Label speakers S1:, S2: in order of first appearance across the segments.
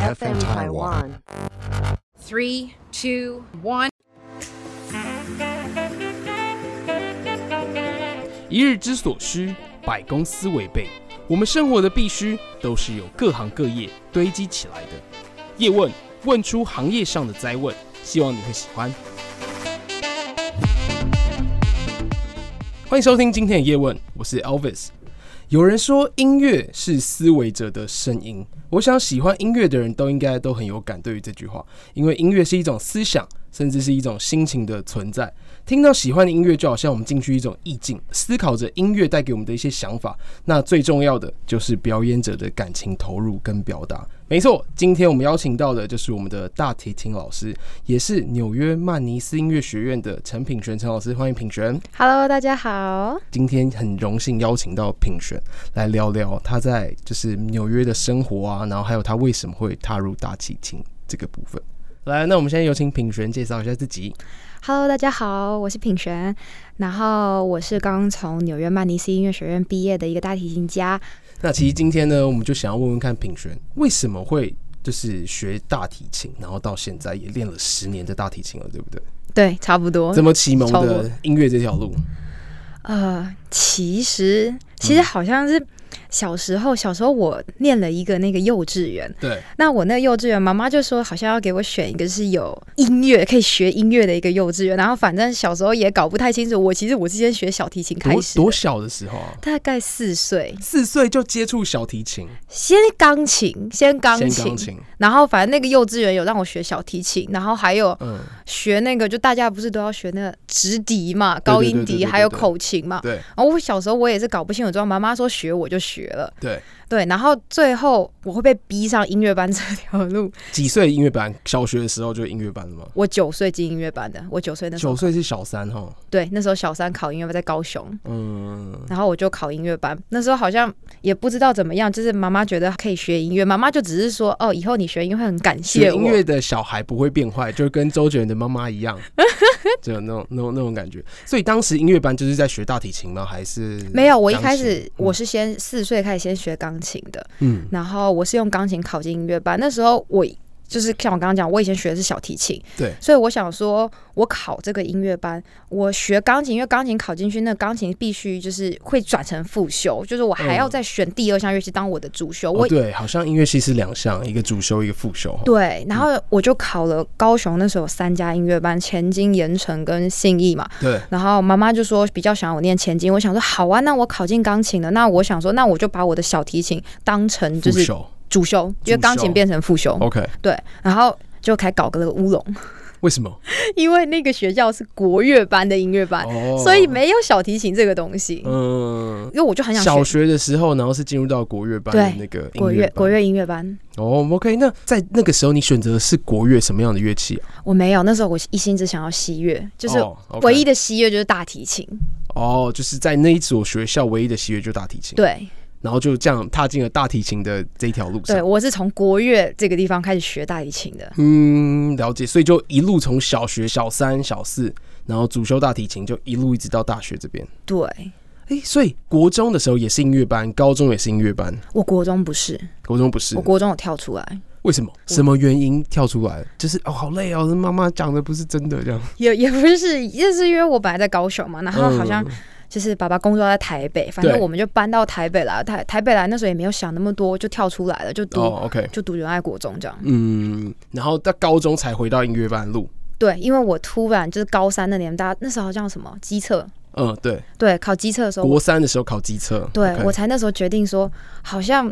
S1: FM Taiwan.
S2: Three, two, one.
S3: 一日之所需，百公司为备。我们生活的必须，都是由各行各业堆积起来的。叶问问出行业上的灾问，希望你会喜欢。欢迎收听今天的叶问，我是 Elvis。有人说音乐是思维者的声音，我想喜欢音乐的人都应该都很有感对于这句话，因为音乐是一种思想，甚至是一种心情的存在。听到喜欢的音乐，就好像我们进去一种意境，思考着音乐带给我们的一些想法。啊那最重要的就是表演者的感情投入跟表达。没错，今天我们邀请到的就是我们的大提琴老师，也是纽约曼尼斯音乐学院的陈品璇陈老师，欢迎品璇。
S4: Hello，大家好。
S3: 今天很荣幸邀请到品璇来聊聊他在就是纽约的生活啊，然后还有他为什么会踏入大提琴这个部分。来，那我们现在有请品璇介绍一下自己。
S4: Hello，大家好，我是品璇，然后我是刚从纽约曼尼斯音乐学院毕业的一个大提琴家。
S3: 那其实今天呢，我们就想要问问看品璇为什么会就是学大提琴，然后到现在也练了十年的大提琴了，对不对？
S4: 对，差不多
S3: 怎。么启蒙
S4: 超
S3: 的
S4: 过
S3: 音乐这条路？
S4: 呃，其实其实好像是小时候，小时候我念了一个那个幼稚园，
S3: 对，
S4: 那我那个幼稚园妈妈就说好像要给我选一个是有音乐可以学音乐的一个幼稚园，然后反正小时候也搞不太清楚，我其实我是先学小提琴开
S3: 多
S4: 始的，
S3: 多小的时候啊，
S4: 大概四岁，
S3: 四岁就接触小提琴，
S4: 先钢琴，先钢
S3: 先
S4: 琴
S3: 钢，琴，
S4: 然后反正那个幼稚园有让我学小提琴，然后还有
S3: 嗯，
S4: 学那个，就大家不是都要学那个直笛嘛，高音
S3: 对对对
S4: 笛，
S3: 对对
S4: 还有口琴嘛。
S3: 对
S4: 然后我小时候我也是搞不清楚状况，妈妈说学我就学了，
S3: 对。
S4: 对。然后最后我会被逼上音乐班这条路。
S3: 几岁音乐班？小学的时候就音乐班了吗？
S4: 我九岁进音乐班的，我九岁那时候
S3: 九岁是小三哈，
S4: 对，那时候小三考音乐班在高雄，
S3: 嗯，
S4: 然后我就考音乐班。那时候好像也不知道怎么样，就是妈妈觉得可以学音乐，妈妈就只是说哦，以后你学音乐会很感谢
S3: 学
S4: 我。
S3: 音乐的小孩不会变坏，就跟周杰伦的妈妈 一样，就那种那种那种感觉。所以当时音乐班就是在学大提琴吗？还是
S4: 没有，我一
S3: 钢
S4: 开始
S3: 琴
S4: 我是先四岁开始先学钢琴的，
S3: 嗯
S4: 然后我是用钢琴考进音乐班。那时候我就是像我刚刚讲，我以前学的是小提琴，
S3: 对
S4: 所以我想说，我考这个音乐班，我学钢琴，因为钢琴考进去，那钢琴必须就是会转成复修，就是我还要再选第二项乐器当我的主修。我、
S3: 嗯哦对，好像音乐系是两项，一个主修一个副修。
S4: 对，然后我就考了高雄那时候有三家音乐班，前进、盐城跟信义嘛。
S3: 对，
S4: 然后妈妈就说比较想要我念前进，我想说好啊，那我考进钢琴了，那我想说那我就把我的小提琴当成就
S3: 副
S4: 是哦
S3: 修。
S4: 主修，因为钢琴变成副修，
S3: OK，
S4: 对，然后就开搞个乌龙，
S3: 为什么？
S4: 因为那个学校是国乐班的音乐班，
S3: 哦
S4: 啊所以没有小提琴这个东西，
S3: 嗯
S4: 因，为我就很想
S3: 小
S4: 学
S3: 学的时候，然后是进入到国乐班的
S4: 对
S3: 那个音
S4: 国乐
S3: 班
S4: 国乐音乐班，
S3: 哦，OK，那在那个时候你选择的是国乐什么样的乐器啊？
S4: 我没有，那时候我一心只想要西乐，就是
S3: 哦，OK
S4: 唯一的西乐就是大提琴，
S3: 哦，就是在那一所学校唯一的西乐就大提琴，
S4: 对
S3: 然后就这样踏进了大提琴的这一条路
S4: 对，
S3: 上。
S4: 我是从国乐这个地方开始学大提琴的，
S3: 嗯，了解，所以就一路从小学小三、小四，然后主修大提琴，就一路一直到大学这边。
S4: 对
S3: 哎、所以国中的时候也是音乐班，高中也是音乐班，
S4: 我国中不是，
S3: 国中不是
S4: 我？国中有跳出来，
S3: 为什么？什么原因跳出来？就是哦，好累哦，这妈妈讲的不是真的这样。嗯
S4: 也也不是，就是因为我本来在高雄嘛，然后好像
S3: 哦
S4: 就是爸爸工作在台北，反正
S3: 对
S4: 我们就搬到台北来。台台北来那时候也没有想那么多，就跳出来了，就读、
S3: 哦，OK，
S4: 就读仁爱国中这样。
S3: 嗯，然后到高中才回到音乐班路。
S4: 对，因为我突然就是高三那年，大家那时候好像什么机测，
S3: 嗯，对，
S4: 对，考机测的时候，
S3: 国三的时候考机测，
S4: 对
S3: OK，
S4: 我才那时候决定说，好像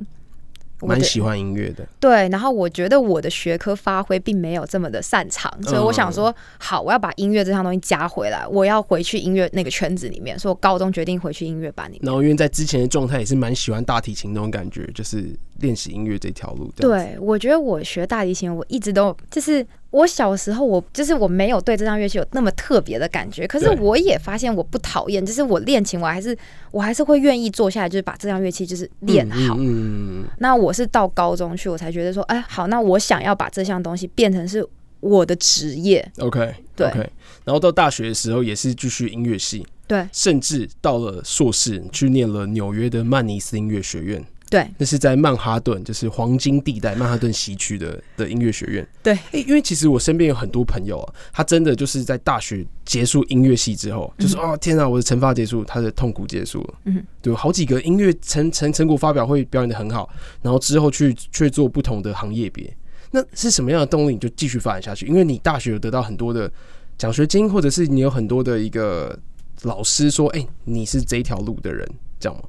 S4: 我
S3: 蛮
S4: 的
S3: 喜欢音乐的。
S4: 对，然后我觉得我的学科发挥并没有这么的擅长，
S3: 嗯
S4: 所以我想说，好，我要把音乐这项东西加回来，我要回去音乐那个圈子里面，所以我高中决定回去音乐班里面。
S3: 然后因为在之前的状态也是蛮喜欢大提琴那种感觉，就是练习音乐这条路这样子。
S4: 对，我觉得我学大提琴，我一直都就是我小时候我就是我没有对这项乐器有那么特别的感觉，可是
S3: 对
S4: 我也发现我不讨厌，就是我练琴，我还是我还是会愿意坐下来，就是把这项乐器就是练好。
S3: 嗯，嗯嗯
S4: 那我是到高中去，我才觉得说，哎，好，那我想要把这项东西变成是我的职业。
S3: OK，
S4: 对
S3: OK。然后到大学的时候也是继续音乐系，
S4: 对，
S3: 甚至到了硕士去念了纽约的曼尼斯音乐学院。
S4: 对
S3: 那是在曼哈顿，就是黄金地带曼哈顿西区的的音乐学院。
S4: 对
S3: 诶，因为其实我身边有很多朋友啊，他真的就是在大学结束音乐系之后，就是、哦天啊，我的惩罚结束，他的痛苦结束了。
S4: 嗯，
S3: 对，好几个音乐成成成果发表会表演的很好，然后之后去却做不同的行业别，那是什么样的动力你就继续发展下去？因为你大学有得到很多的奖学金，或者是你有很多的一个老师说，哎、你是这一条路的人，这样吗？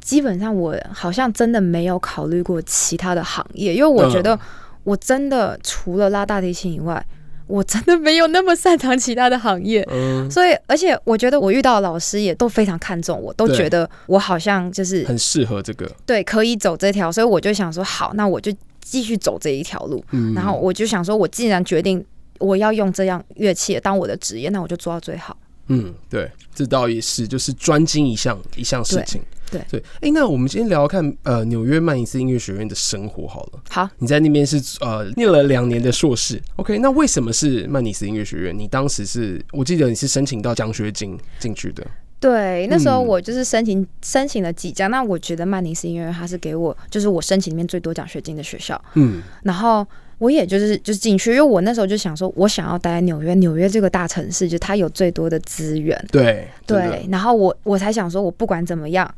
S4: 基本上我好像真的没有考虑过其他的行业，因为我觉
S3: 嗯
S4: 得我真的除了拉大提琴以外，我真的没有那么擅长其他的行业。
S3: 嗯，
S4: 所以，而且我觉得我遇到的老师也都非常看重我，都
S3: 对
S4: 觉得我好像就是
S3: 很适合这个。
S4: 对可以走这条，所以我就想说，好，那我就继续走这一条路。
S3: 嗯，
S4: 然后我就想说，我既然决定我要用这样乐器当我的职业，那我就做到最好。
S3: 嗯，对，这倒也是，就是专精一项一项事
S4: 对
S3: 情。
S4: 对
S3: 对，哎、那我们今天聊聊看，呃，纽约曼尼斯音乐学院的生活好了。
S4: 好，
S3: 你在那边是呃念了两年的硕士，OK？那为什么是曼尼斯音乐学院？你当时是我记得你是申请到奖学金进去的，
S4: 对，那时候
S3: 嗯
S4: 我就是申请、申请了几家，那我觉得曼宁斯音乐它是给我就是我申请里面最多奖学金的学校，
S3: 嗯，
S4: 然后我也就是就是进去，因为我那时候就想说，我想要待在纽约，纽约这个大城市就它有最多的资源，
S3: 对真的
S4: 对，然后我我才想说，我不管怎么样。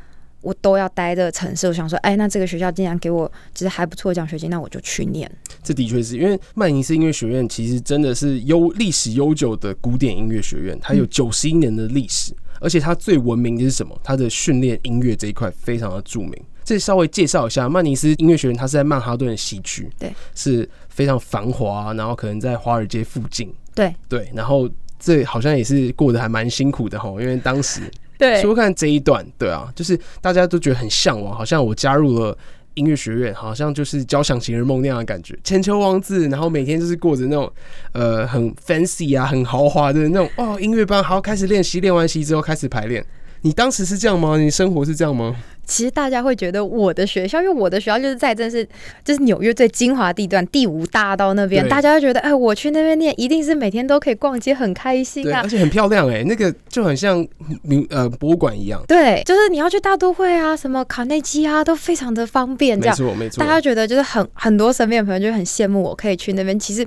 S4: 我都要待的城市，我想说，哎，那这个学校竟然给我就是还不错的奖学金，那我就去念。
S3: 这的确是因为曼尼斯音乐学院其实真的是悠历史悠久的古典音乐学院，它有
S4: 嗯
S3: 九十一年的历史，而且它最闻名的是什么？它的训练音乐这一块非常的著名。这稍微介绍一下，曼尼斯音乐学院它是在曼哈顿的西区，
S4: 对，
S3: 是非常繁华，啊然后可能在华尔街附近，
S4: 对
S3: 对，然后这好像也是过得还蛮辛苦的哈，因为当时
S4: 对
S3: 说看这一段，对啊，就是大家都觉得很向往，好像我加入了音乐学院，好像就是交响情人梦那样的感觉，千秋王子，然后每天就是过着那种呃很 fancy 啊，很豪华的那种哦，音乐班，好开始练习，练完习之后开始排练。你当时是这样吗？你生活是这样吗？
S4: 其实大家会觉得我的学校，因为我的学校就是在真是就是纽约最精华地段第五大道那边，
S3: 对
S4: 大家会觉得哎，我去那边念一定是每天都可以逛街，很开心
S3: 对，
S4: 啊
S3: 而。且很漂亮哎、那个就很像嗯呃博物馆一样，
S4: 对，就是你要去大都会啊，什么卡内基啊，都非常的方便。这
S3: 没
S4: 样，
S3: 错没错
S4: 大，家觉得就是很很多身边的朋友就很羡慕我可以去那边。其实，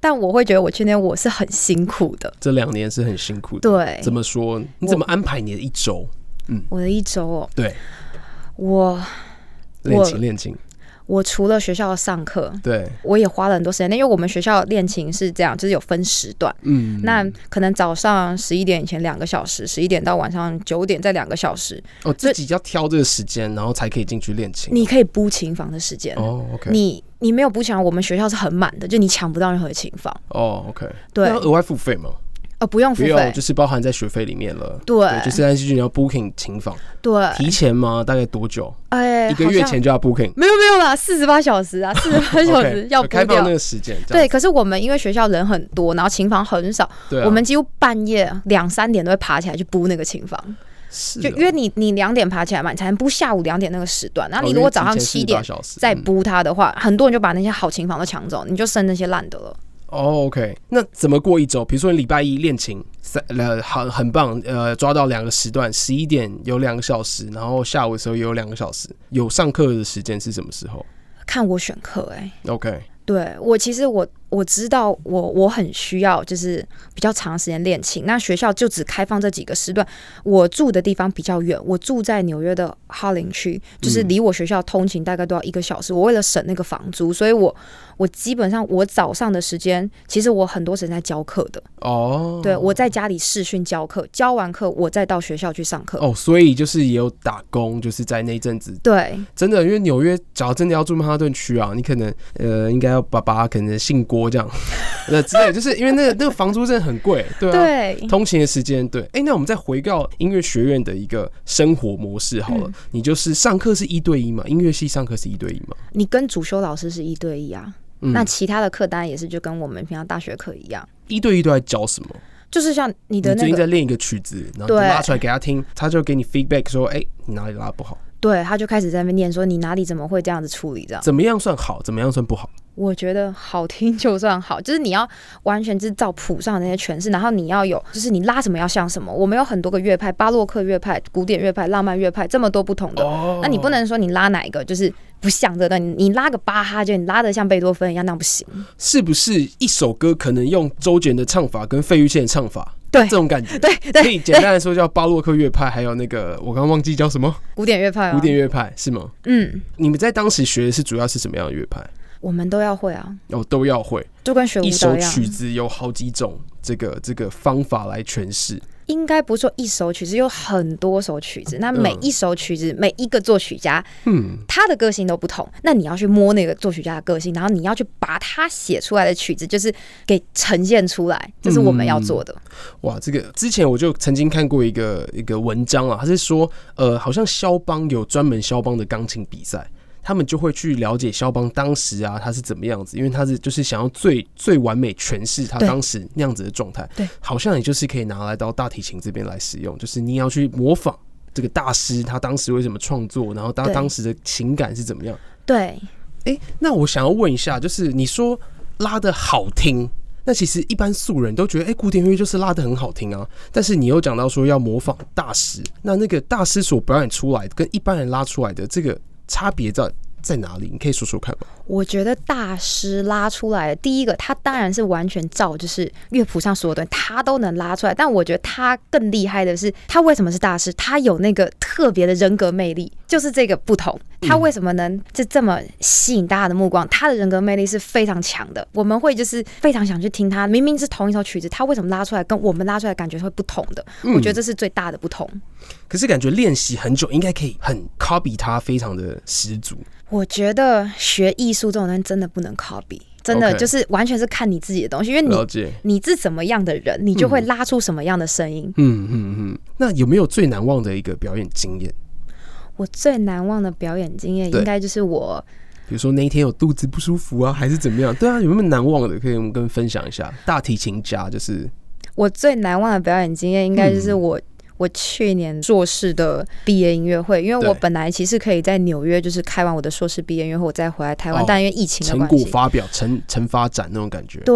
S4: 但我会觉得我去那边我是很辛苦的。
S3: 这两年是很辛苦的。
S4: 对，
S3: 怎么说？你怎么安排你的一周？
S4: 我的一周哦，
S3: 对，
S4: 我
S3: 练
S4: 我
S3: 琴练琴，
S4: 我除了学校上课，
S3: 对，
S4: 我也花了很多时间，因为我们学校练琴是这样，就是有分时段。
S3: 嗯，
S4: 那可能早上十一点以前两个小时，十一点到晚上九点再两个小时，
S3: 哦，自
S4: 这
S3: 己要挑这个时间，然后才可以进去练琴。
S4: 你可以补琴房的时间。
S3: 哦，OK，
S4: 你你没有补琴，我们学校是很满的，就你抢不到任何琴房。
S3: 哦，OK，
S4: 对
S3: 那要额外付费吗？
S4: 呃，不用
S3: 不
S4: 付
S3: 用，
S4: 费，
S3: 就是包含在学费里面了。
S4: 对
S3: 就是但是你要 booking 琴房，
S4: 对，
S3: 提前吗？大概多久？
S4: 哎，
S3: 一个
S4: 好
S3: 月
S4: 像
S3: 前就要 booking，
S4: 没有没有啦，四十八小时啊，四十八小
S3: 哦 OK，
S4: 时要
S3: 就
S4: 补
S3: 开放那
S4: 掉。
S3: 个时间。这样
S4: 对，可是我们因为学校人很多，然后琴房很少，
S3: 对啊，
S4: 我们几乎半夜两三点都会爬起来去补那个琴房。
S3: 是
S4: 就
S3: 哦
S4: 因为你你两点爬起来嘛，你才能不下午两点那个时段。
S3: 哦
S4: 然后你如果早上七点再
S3: 哦因为提前48小时嗯
S4: 补它的话，很多人就把那些好琴房都抢走，你就剩那些烂的了。
S3: 哦，OK，那怎么过一周？比如说你礼拜一练琴，三呃很很棒，呃抓到两个时段，十一点有两个小时，然后下午的时候也有两个小时。有上课的时间是什么时候
S4: 看我选课哎、
S3: ？OK，
S4: 对我其实我我知道我我很需要就是比较长时间练琴，那学校就只开放这几个时段。我住的地方比较远，我住在纽约的哈林区，就是
S3: 嗯
S4: 离我学校通勤大概都要一个小时。我为了省那个房租，所以我我基本上我早上的时间，其实我很多时间在教课的。
S3: 哦，
S4: 对，我在家里视讯教课，教完课我再到学校去上课。
S3: 哦，所以就是也有打工，就是在那一阵子，
S4: 对
S3: 真的，因为纽约，假如真的要住曼哈顿区啊，你可能呃，应该要爸爸可能姓郭这样， 那之类，就是因为那个那个房租真的很贵，对啊。
S4: 对，
S3: 通勤的时间，对，哎、那我们再回到音乐学院的一个生活模式好了，
S4: 嗯
S3: 你就是上课是一对一嘛，音乐系上课是一对一嘛，
S4: 你跟主修老师是一对一啊，
S3: 嗯
S4: 那其他的课单也是就跟我们平常大学课一样，
S3: 一对一都在教什么？
S4: 就是像你
S3: 你
S4: 的
S3: 最
S4: 那
S3: 近
S4: 个
S3: 在练一个曲子，然后就
S4: 对
S3: 拉出来给他听，他就给你 feedback 说，哎、你哪里拉不好？
S4: 对，他就开始在那边念说你哪里怎么会这样子处理这样。
S3: 怎么样算好，怎么样算不好？
S4: 我觉得好听就算好，就是你要完全是照谱上的那些诠释，然后你要有，就是你拉什么要像什么。我们有很多个乐派，巴洛克乐派、古典乐派、浪漫乐派，这么多不同的。
S3: 哦
S4: 那你不能说你拉哪一个就是不像这段，你你拉个巴哈就你拉的像贝多芬一样，那不行。
S3: 是不是一首歌可能用周杰伦的唱法跟费玉清的唱法，
S4: 对
S3: 这种感觉？
S4: 对
S3: 所
S4: 对，
S3: 以简单来说叫巴洛克乐派，还有那个我刚刚忘记叫什么
S4: 古典乐派、啊，
S3: 古典乐派是吗？
S4: 嗯，
S3: 你们在当时学的是主要是什么样的乐派？
S4: 我们都要会啊，
S3: 哦，都要会，
S4: 就跟学舞
S3: 一
S4: 蹈
S3: 首
S4: 一样。
S3: 曲子有好几种这个这个方法来诠释。
S4: 应该不是说一首曲子，有很多首曲子。那
S3: 嗯
S4: 每一首曲子，每一个作曲家，
S3: 嗯，
S4: 他的个性都不同，那你要去摸那个作曲家的个性，然后你要去把他写出来的曲子，就是给呈现出来，这是我
S3: 嗯
S4: 们要做的。
S3: 哇，这个之前我就曾经看过一个一个文章啊，他是说，呃，好像肖邦有专门肖邦的钢琴比赛，他们就会去了解肖邦当时啊他是怎么样子，因为他是就是想要最最完美诠释他
S4: 对
S3: 当时那样子的状态，
S4: 对，
S3: 好像也就是可以拿来到大提琴这边来使用，就是你也要去模仿。这个大师他当时为什么创作，然后他
S4: 对
S3: 当时的情感是怎么样？
S4: 对，
S3: 哎、那我想要问一下，就是你说拉的好听，那其实一般素人都觉得，哎、古典乐就是拉的很好听啊。但是你又讲到说要模仿大师，那那个大师所表演出来跟一般人拉出来的这个差别在在哪里？你可以说说看吗？
S4: 我觉得大师拉出来的第一个，他当然是完全照就是乐谱上所有的东西，他都能拉出来。但我觉得他更厉害的是，他为什么是大师？他有那个特别的人格魅力，就是这个不同。
S3: 嗯
S4: 他为什么能就这么吸引大家的目光？他的人格魅力是非常强的，我们会就是非常想去听他。明明是同一首曲子，他为什么拉出来跟我们拉出来感觉会不同的？
S3: 嗯
S4: 我觉得这是最大的不同。
S3: 可是感觉练习很久，应该可以很 copy 它，非常的十足。
S4: 我觉得学艺术这种东西真的不能 copy，真的
S3: OK
S4: 就是完全是看你自己的东西，因为你
S3: 解。
S4: 你是怎么样的人，你就会拉出什么样的声音。
S3: 嗯嗯嗯。那有没有最难忘的一个表演经验？
S4: 我最难忘的表演经验，
S3: 对
S4: 应该就是我
S3: 比如说那一天有肚子不舒服啊，还是怎么样？对啊，有没有难忘的？可以我们跟分享一下。大提琴家就是
S4: 我最难忘的表演经验，应该
S3: 嗯
S4: 就是我、我去年硕士的毕业音乐会，因为我
S3: 对
S4: 本来其实可以在纽约就是开完我的硕士毕业音乐会，我再回来台湾，
S3: 哦
S4: 但因为疫情的
S3: 成
S4: 关
S3: 果
S4: 系，
S3: 发表、成成发展那种感觉。
S4: 对，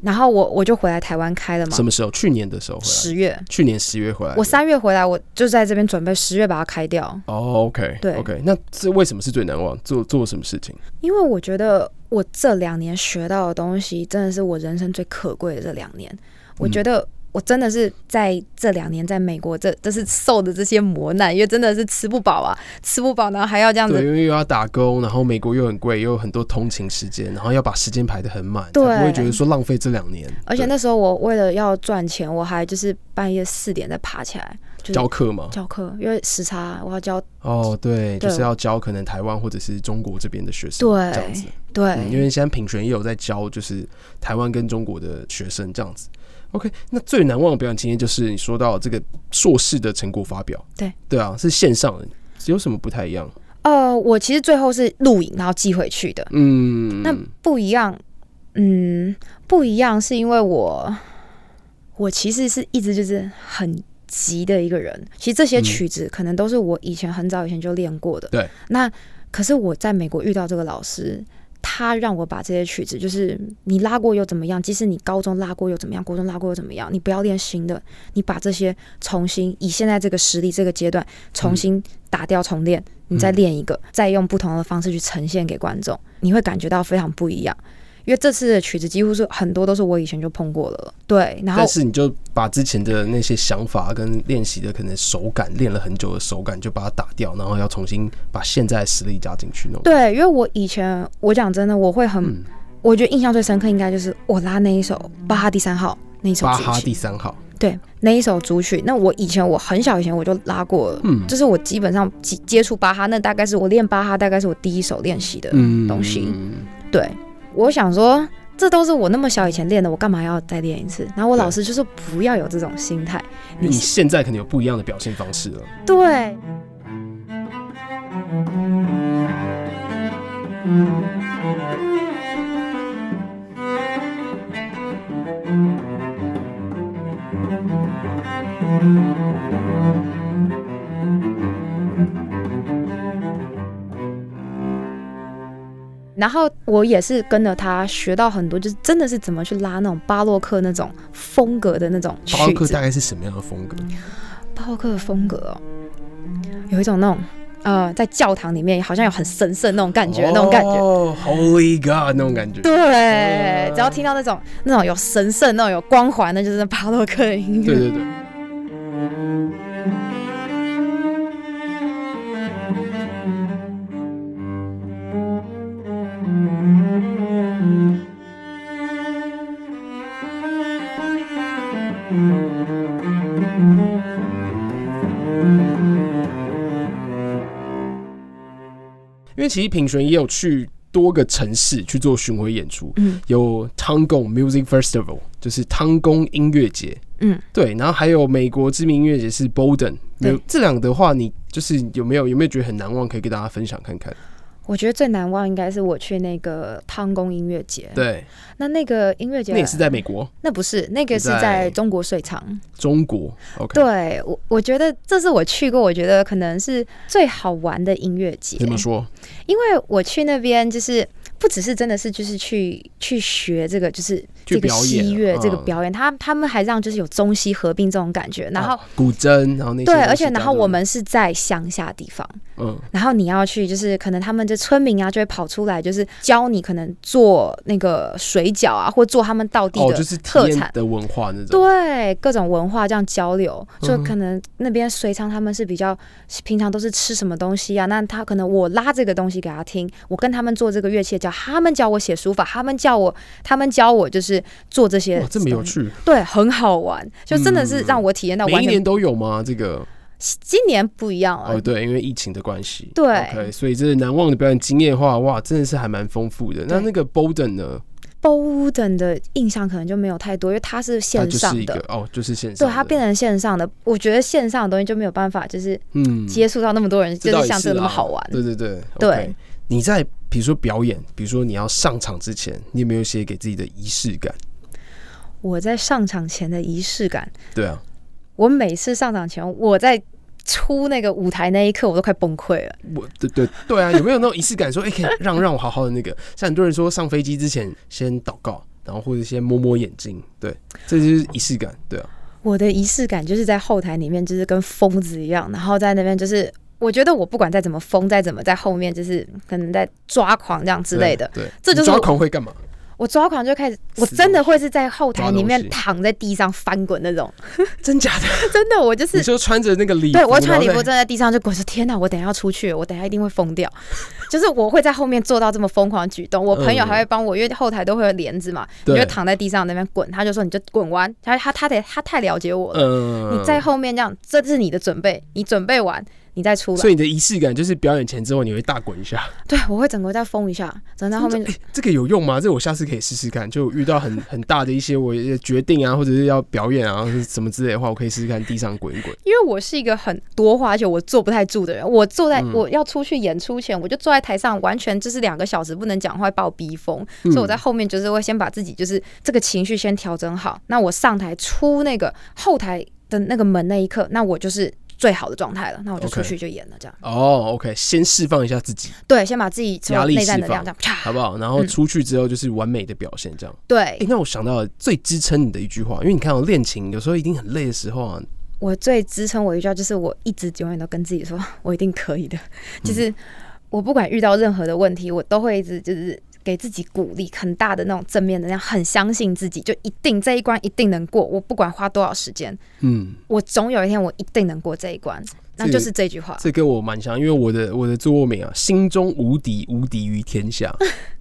S4: 然后我我就回来台湾开了嘛
S3: 什，么时候？去年的时候回来，
S4: 十月，
S3: 去年十月回来的。
S4: 我三月回来，我就在这边准备十月把它开掉。
S3: 哦，OK，
S4: 对
S3: o k 那这为什么是最难忘？做做什么事情？
S4: 因为我觉得我这两年学到的东西，真的是我人生最可贵的这两
S3: 嗯
S4: 年。我觉得我真的是在这两年在美国这，这是受的这些磨难，因为真的是吃不饱啊，吃不饱，然后还要这样
S3: 对，
S4: 子。
S3: 因为又要打工，然后美国又很贵，又有很多通勤时间，然后要把时间排得很满，
S4: 对
S3: 才不会觉得说浪费这两年。
S4: 而且
S3: 对
S4: 那时候我为了要赚钱，我还就是半夜四点再爬起来就是
S3: 教课嘛，
S4: 教课，因为时差我要教。
S3: 哦，对，
S4: 对
S3: 就是要教可能台湾或者是中国这边的学生，
S4: 对
S3: 这样子。
S4: 对，
S3: 嗯，因为现在品璇也有在教，就是台湾跟中国的学生这样子。OK，那最难忘的表演经验就是你说到这个硕士的成果发表，
S4: 对
S3: 对啊，是线上的，有什么不太一样？
S4: 呃，我其实最后是录影然后寄回去的，
S3: 嗯，
S4: 那不一样，嗯，不一样是因为我，我其实是一直就是很急的一个人。其实这些
S3: 嗯
S4: 曲子可能都是我以前很早以前就练过的。
S3: 对。
S4: 那可是我在美国遇到这个老师。他让我把这些曲子，就是你拉过又怎么样？即使你高中拉过又怎么样？国中拉过又怎么样？你不要练新的，你把这些重新以现在这个实力这个阶段重新打掉重练，你再练一个，
S3: 嗯
S4: 再用不同的方式去呈现给观众，你会感觉到非常不一样。
S3: 嗯
S4: 因为这次的曲子几乎是很多都是我以前就碰过了，对，然后
S3: 但是你就把之前的那些想法跟练习的可能手感，练了很久的手感，就把它打掉，然后要重新把现在的实力加进去弄。
S4: 对，因为我以前我讲真的，我会很，
S3: 嗯
S4: 我觉得印象最深刻应该就是我拉那一首巴哈第三号那一首
S3: 巴
S4: 主
S3: 哈
S4: 曲
S3: 第三号，
S4: 对，那一首主曲，那我以前我很小以前我就拉过了，
S3: 嗯
S4: 就是我基本上接接触巴哈，那大概是我练巴哈，大概是我第一首练习的
S3: 嗯
S4: 东西。对，我想说，这都是我那么小以前练的，我干嘛要再练一次？然后我老师就说不要有这种心态，
S3: 你
S4: 你
S3: 现在可能有不一样的表现方式了。
S4: 对。然后我也是跟着他学到很多，就是真的是怎么去拉那种巴洛克那种风格的那种曲
S3: 巴洛克
S4: 子。
S3: 大概是什么样的风格？
S4: 巴洛克的风格哦，有一种那种呃，在教堂里面好像有很神圣那种感觉，那种感觉。
S3: 哦，Holy God 那种感觉。
S4: 对，只要听到那种那种有神圣、那种有光环的，就是巴洛克的音
S3: 对
S4: 乐。
S3: 对对。因为其实品璇也有去多个城市去做巡回演出，
S4: 嗯
S3: 有汤贡 Music Festival，就是汤贡音乐节，
S4: 嗯，
S3: 对，然后还有美国知名音乐节是 Bolden，
S4: 对
S3: 有这两个的话，你就是有没有有没有觉得很难忘，可以跟大家分享看看？
S4: 我觉得最难忘应该是我去那个汤宫音乐节。
S3: 对，
S4: 那那个音乐节啊
S3: 那也是在美国、
S4: 那不是，那个是
S3: 在
S4: 在中国水厂。
S3: 中国，OK，
S4: 对我，我觉得这是我去过，我觉得可能是最好玩的音乐节。
S3: 怎么说？
S4: 因为我去那边就是。不只是真的是就是去去学这个就是
S3: 去
S4: 这个
S3: 表演
S4: 西乐
S3: 嗯
S4: 这个表演，他他们还让就是有中西合并这种感觉，然后、
S3: 啊古筝，然后那些
S4: 对，
S3: 东西
S4: 而且然后
S3: 加入
S4: 我们是在乡下地方，
S3: 嗯
S4: 然后你要去，就是可能他们这村民啊，就会跑出来，就是教你可能做那个水饺啊，或做他们道地
S3: 哦，就
S4: 的
S3: 是体
S4: 特产
S3: 验。的文化那种，
S4: 对各种文化这样交流，就
S3: 嗯哼
S4: 可能那边水厂他们是比较平常都是吃什么东西啊？那他可能我拉这个东西给他听，我跟他们做这个乐器的教，他们教我写书法，他们教我，他们教我就是做这些
S3: 哇，，这么有，趣，嗯
S4: 对，很好玩，就真的是让我体验到
S3: 每
S4: 完
S3: 一
S4: 全。
S3: 年都有吗？这个
S4: 今年不一样了
S3: 哦，，对，因为疫情的关系，
S4: 呃对
S3: OK，所以这是难忘的表演经验的话，哇，真的是还蛮丰富的。那那个 Bolden 呢，
S4: Bolden 的印象可能就没有太多，因为它是
S3: 它
S4: 线
S3: 就
S4: 上
S3: 是一个
S4: 的，
S3: 哦，就是线上
S4: 对，
S3: 的，
S4: 它变成线上的。我觉得线上的东西就没有办法，就是
S3: 嗯，
S4: 接触到那么多人，就
S3: 倒
S4: 是
S3: 也
S4: 像这个那
S3: 啦
S4: 么好玩。
S3: 对对对
S4: 对
S3: OK 你在比如说表演，比如说你要上场之前，你有没有一些给自己的仪式感？
S4: 我在上场前的仪式感，
S3: 对啊，
S4: 我每次上场前，我在出那个舞台那一刻，我都快崩溃了。
S3: 我对对对啊，有没有那种仪式感说，哎、可以让让我好好的那个？像很多人说，上飞机之前先祷告，然后或者先摸摸眼睛，对，这就是仪式感，对啊。
S4: 我的仪式感就是在后台里面，就是跟疯子一样，然后在那边就是。我觉得我不管再怎么疯，再怎么在后面，就是可能在抓狂这样之类的，
S3: 对，对
S4: 这就是
S3: 你抓
S4: 我
S3: 狂会干嘛？
S4: 我抓狂就开始，我
S3: 死
S4: 真的会是在后台里
S3: 抓
S4: 面
S3: 东
S4: 躺在地上翻滚那种，
S3: 真假的？
S4: 真的，我就是
S3: 你就穿着那个礼服，
S4: 对我穿礼服
S3: 然后
S4: 站在地上就滚，说天哪，我等一下要出去，我等一下一定会疯掉。 就是我会在后面做到这么疯狂的举动，我朋友
S3: 嗯
S4: 还会帮我，因为后台都会有帘子嘛，你
S3: 对
S4: 就躺在地上那边滚，他就说你就滚完，他他他得他太了解我
S3: 在
S4: 了，
S3: 嗯，
S4: 你在后面这样，这是你的准备，你准备完你再出来
S3: 所，以你的仪式感就是表演前之后你会大滚一下，
S4: 对我会整个再疯一下，整个在后面
S3: 哎这个有用吗？这我下次可以试试看。就遇到很很大的一些我的决定啊，或者 是要表演啊，或者是什么之类的话，我可以试试看地上滚一滚。
S4: 因为我是一个很多话，而且我坐不太住的人。我坐在、
S3: 嗯
S4: 我要出去演出前，我就坐在台上，完全就是两个小时不能讲话，把我逼疯。
S3: 嗯
S4: 所以我在后面就是会先把自己就是这个情绪先调整好。那我上台出那个后台的那个门那一刻，那我就是。最好的状态了，那我就
S3: OK
S4: 出去就演了，这样
S3: 哦、o k 先释放一下自己，
S4: 对，先把自己
S3: 压力
S4: 内在
S3: 释
S4: 能
S3: 放
S4: 量这样啪，
S3: 好不好？然
S4: 嗯
S3: 后出去之后就是完美的表现，这样。哎、
S4: 对
S3: 那我想到了最支撑你的一句话，因为你看我恋情有时候一定很累的时候啊，
S4: 我最支撑我一句话就是，我一直永远都跟自己说，我一定可以的。就是我不管遇到任何的问题，我都会一直就是给自己鼓励，很大的那种正面能量，很相信自己，就一定这一关一定能过。我不管花多少时间，
S3: 嗯，
S4: 我总有一天我一定能过这一关。那就是这句话，
S3: 这跟我蛮像，因为我的我的座右铭啊，心中无敌，无敌于天 下。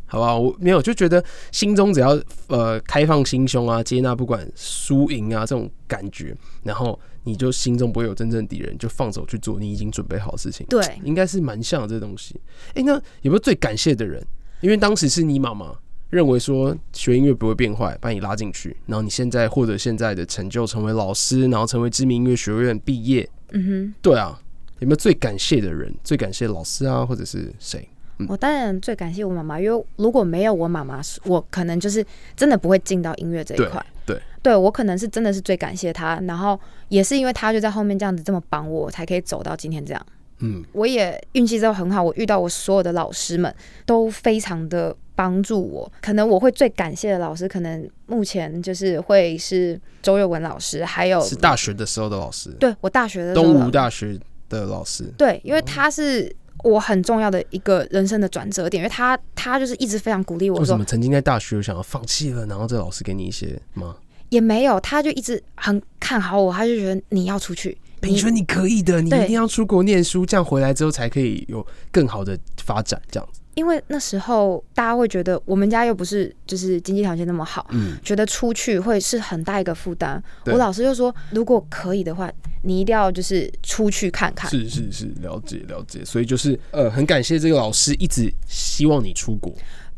S3: 好吧，我没有就觉得心中只要呃开放心胸啊，接纳不管输赢啊这种感觉，然后你就心中不会有真正敌人，就放手去做你已经准备好的事情。
S4: 对
S3: 应该是蛮像的这东西。哎、那有没有最感谢的人？因为当时是你妈妈认为说学音乐不会变坏，把你拉进去，然后你现在获得现在的成就，成为老师，然后成为知名音乐学院毕业，
S4: 嗯
S3: 对啊，有没有最感谢的人？最感谢老师啊，或者是谁？
S4: 哼，我当然最感谢我妈妈，因为如果没有我妈妈，我可能就是真的不会进到音乐这一
S3: 对
S4: 块。
S3: 对，
S4: 对我可能是真的是最感谢他，然后也是因为他就在后面这样子这么帮我，我才可以走到今天这样。
S3: 嗯，
S4: 我也运气都很好，我遇到我所有的老师们都非常的帮助我。可能我会最感谢的老师，可能目前就是会是周月文老师，还有
S3: 是大学的时候的老师，
S4: 哦对我大学的时候
S3: 东
S4: 的
S3: 吴大学的老师，
S4: 对，因为
S3: 哦
S4: 他是我很重要的一个人生的转折点，因为他他就是一直非常鼓励我
S3: 为什
S4: 说
S3: 么曾经在大学想要放弃了，然后这老师给你一些吗？
S4: 也没有，他就一直很看好我，他就觉得你要出去，
S3: 平
S4: 你
S3: 轩，你可以的，你
S4: 对
S3: 一定要出国念书，这样回来之后才可以有更好的发展，这样子。
S4: 因为那时候大家会觉得我们家又不是就是经济条件那么好，
S3: 嗯，
S4: 觉得出去会是很大一个负担。
S3: 对
S4: 我老师就说，如果可以的话，你一定要就是出去看看。
S3: 是是是，了解了解。所以就是呃，很感谢这个老师一直希望你出国。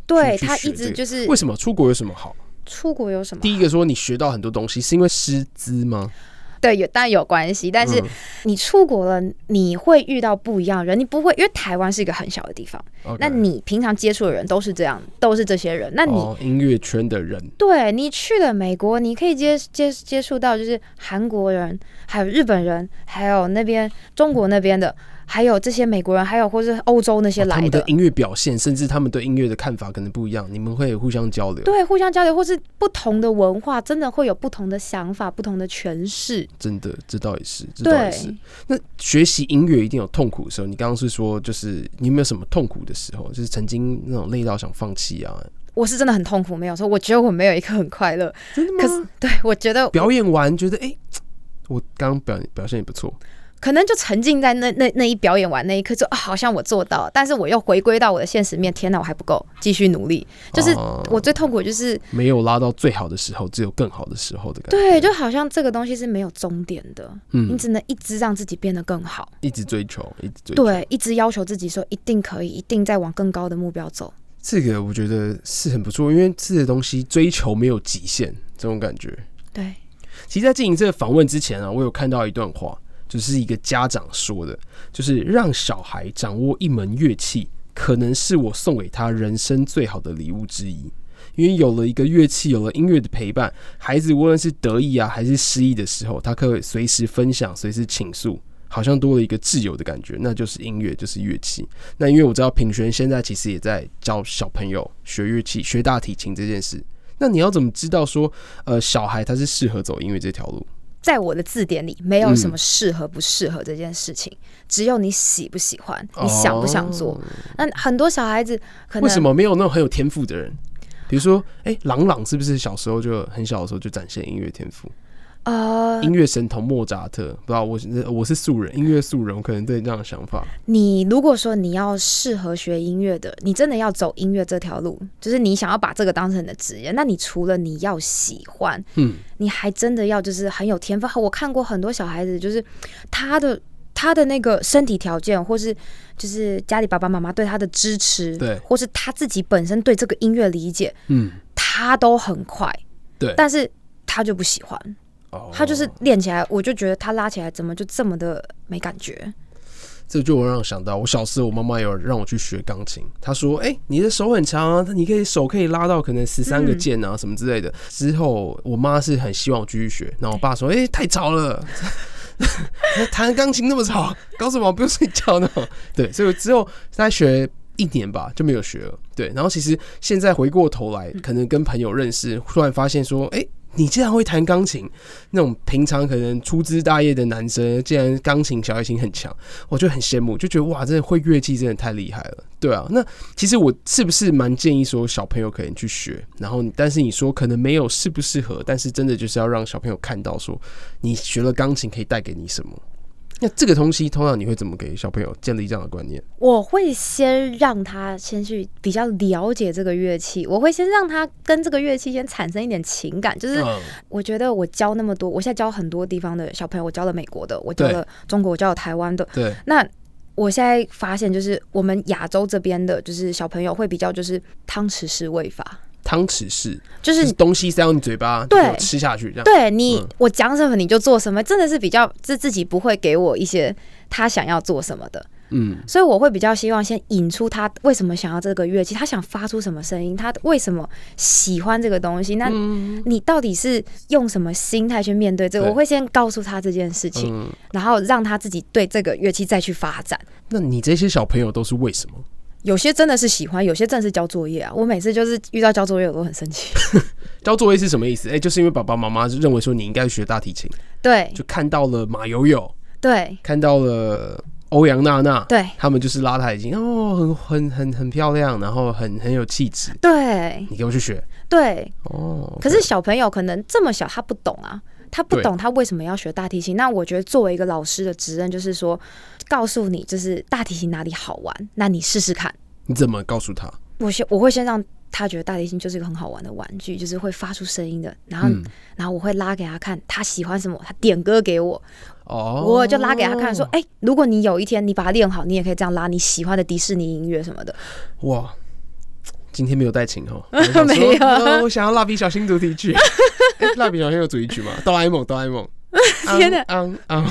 S4: 对
S3: 出去
S4: 他
S3: 学
S4: 一直
S3: 这个
S4: 就是
S3: 为什么出国有什么好？
S4: 出国有什么？
S3: 第一个说你学到很多东西，是因为师资吗？
S4: 对，有当然有关系，但是
S3: 嗯
S4: 你出国了，你会遇到不一样的人，你不会，因为台湾是一个很小的地方，
S3: o
S4: 那你平常接触的人都是这样，都是这些人，那你。
S3: 哦，音乐圈的人，
S4: 对你去了美国，你可以接接接触到就是韩国人，还有日本人，还有那边中国那边的，还有这些美国人，还有或是欧洲那些
S3: 啊哦他
S4: 来
S3: 们
S4: 的，
S3: 的音乐表现，甚至他们对音乐的看法可能不一样，你们会互相交流。
S4: 对，互相交流，或是不同的文化，真的会有不同的想法、不同的诠释。
S3: 真的，这倒也是，这倒也
S4: 对，
S3: 是。那学习音乐一定有痛苦的时候，你刚刚是说，就是你有没有什么痛苦的时候？就是曾经那种累到想放弃啊？
S4: 我是真的很痛苦，没有错。我觉得我没有一个很快乐，
S3: 真的
S4: 可是
S3: 吗？
S4: 对我觉得
S3: 表演完觉得，哎、我刚刚表表现也不错，
S4: 可能就沉浸在那那那一表演完那一刻就，啊，好像我做到了，但是我又回归到我的现实面，天哪，我还不够，继续努力。就是
S3: 哦
S4: 我最痛苦的就是
S3: 没有拉到最好的时候，只有更好的时候的感觉。
S4: 对，就好像这个东西是没有终点的，你
S3: 嗯，
S4: 只能一直让自己变得更好，
S3: 一直追求，一直追求。
S4: 对，一直要求自己说一定可以，一定在往更高的目标走。
S3: 这个我觉得是很不错，因为这些东西追求没有极限，这种感觉。
S4: 对，
S3: 其实，在进行这个访问之前啊，我有看到一段话，就是一个家长说的，就是让小孩掌握一门乐器，可能是我送给他人生最好的礼物之一。因为有了一个乐器，有了音乐的陪伴，孩子无论是得意啊，还是失意的时候，他可以随时分享，随时倾诉，好像多了一个挚友的感觉，那就是音乐，就是乐器。那因为我知道品璇现在其实也在教小朋友学乐器、学大提琴这件事。那你要怎么知道说呃，小孩他是适合走音乐这条路。
S4: 在我的字典里，没有什
S3: 嗯
S4: 么适合不适合这件事情，只有你喜不喜欢，你想不想做。
S3: 哦
S4: 那很多小孩子可能
S3: 为什么没有那种很有天赋的人？比如说，哎、朗朗是不是小时候就很小的时候就展现音乐天赋？
S4: 呃，
S3: 音乐神童莫扎特，不知道我是我是素人，音乐素人，我可能对这样的想法。
S4: 你如果说你要适合学音乐的，你真的要走音乐这条路，就是你想要把这个当成你的职业，那你除了你要喜欢，
S3: 嗯，
S4: 你还真的要就是很有天分。我看过很多小孩子，就是他的他的那个身体条件，或是就是家里爸爸妈妈对他的支持，
S3: 对
S4: 或是他自己本身对这个音乐理解，
S3: 嗯，
S4: 他都很快，
S3: 对
S4: 但是他就不喜欢，
S3: 哦
S4: 他就是练起来，我就觉得他拉起来怎么就这么的没感觉？
S3: 这就让我想到，我小时候我妈妈有让我去学钢琴，她说：“哎、你的手很长啊，你可以手可以拉到可能十三个键啊、什么之类的。”之后我妈是很希望我继续学，然后我爸说：“哎、太吵了， 弹钢琴那么吵，搞什么？不用睡觉呢。”对，所以我之后大概学一年吧就没有学了。对，然后其实现在回过头来，可能跟朋友认识，突然发现说：“哎、你竟然会弹钢琴！那种平常可能粗枝大叶的男生，竟然钢琴、小提琴很强。”我就很羡慕，就觉得哇，真的会乐器真的太厉害了，对啊。那其实我是不是蛮建议说小朋友可能去学，然后你但是你说可能没有适不适合，但是真的就是要让小朋友看到说你学了钢琴可以带给你什么。那这个东西通常你会怎么给小朋友建立这样的观念？
S4: 我会先让他先去比较了解这个乐器，我会先让他跟这个乐器先产生一点情感，就是
S3: 嗯，
S4: 我觉得我教那么多，我现在教很多地方的小朋友，我教了美国的，我教
S3: 对
S4: 了中国，我教了台湾的。
S3: 对，
S4: 那我现在发现，就是我们亚洲这边的，就是小朋友会比较就是汤匙式喂法，
S3: 汤匙是就
S4: 就
S3: 是是东西塞到你嘴巴，
S4: 嗯对
S3: 然后吃下去这样。
S4: 对你、
S3: 嗯
S4: 我讲什么你就做什么，真的是比较自自己不会给我一些他想要做什么的。
S3: 嗯，
S4: 所以我会比较希望先引出他为什么想要这个乐器，他想发出什么声音，他为什么喜欢这个东西。那你到底是用什么心态去面对这个？
S3: 嗯对
S4: 我会先告诉他这件事情，
S3: 嗯，
S4: 然后让他自己对这个乐器再去发展。
S3: 那你这些小朋友都是为什么？
S4: 有些真的是喜欢，有些真的是交作业啊。我每次就是遇到交作业，我都很生气。
S3: 交作业是什么意思？哎、就是因为爸爸妈妈认为说你应该学大提琴，
S4: 对
S3: 就看到了马友友，
S4: 对
S3: 看到了欧阳娜娜，
S4: 对
S3: 他们就是拉大提琴，哦，很很很很漂亮，然后很很有气质，
S4: 对
S3: 你给我去学
S4: 对，
S3: 哦。
S4: 可是小朋友可能这么小，他不懂啊，他不
S3: 对
S4: 懂他为什么要学大提琴。那我觉得作为一个老师的职任，就是说，告诉你就是大提琴哪里好玩，那你试试看。
S3: 你怎么告诉他？
S4: 我先我会先让他觉得大提琴就是一个很好玩的玩具，就是会发出声音的。然后、
S3: 嗯
S4: 然后我会拉给他看，他喜欢什么，他点歌给我，
S3: 哦，
S4: 我就拉给他看，说，哎、如果你有一天你把它练好，你也可以这样拉你喜欢的迪士尼音乐什么的。
S3: 哇，今天没有带琴 哦，我想说
S4: 没有
S3: 呃我想要蜡笔小新主题 曲，哎蜡笔小新有主题曲吗？哆啦 A 梦，哆啦 A 梦。
S4: 天哪
S3: 嗯嗯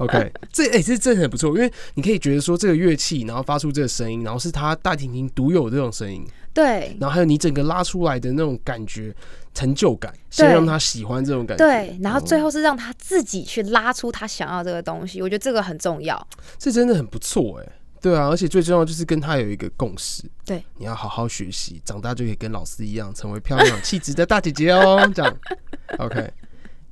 S3: ，OK，这哎、这真的很不错，因为你可以觉得说这个乐器，然后发出这个声音，然后是它大提琴独有的这种声音，
S4: 对
S3: 然后还有你整个拉出来的那种感觉成就感，先让他喜欢这种感觉。
S4: 对，然后最
S3: 哦、
S4: 后是让他自己去拉出他想要这个东西，我觉得这个很重要。
S3: 这真的很不错哎、对啊，而且最重要就是跟他有一个共识，
S4: 对，
S3: 你要好好学习，长大就可以跟老师一样，成为漂亮有气质的大姐姐哦。 这样，OK。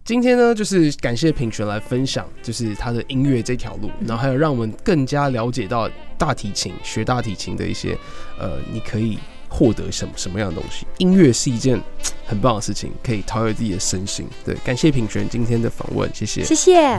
S3: 今天呢，就是感谢品璇来分享，就是他的音乐这条路，然后还有让我们更加了解到大提琴学大提琴的一些，呃，你可以获得什么什么样的东西。音乐是一件嘖很棒的事情，可以陶冶自己的身心。对，感谢品璇今天的访问，谢谢。
S4: 谢谢。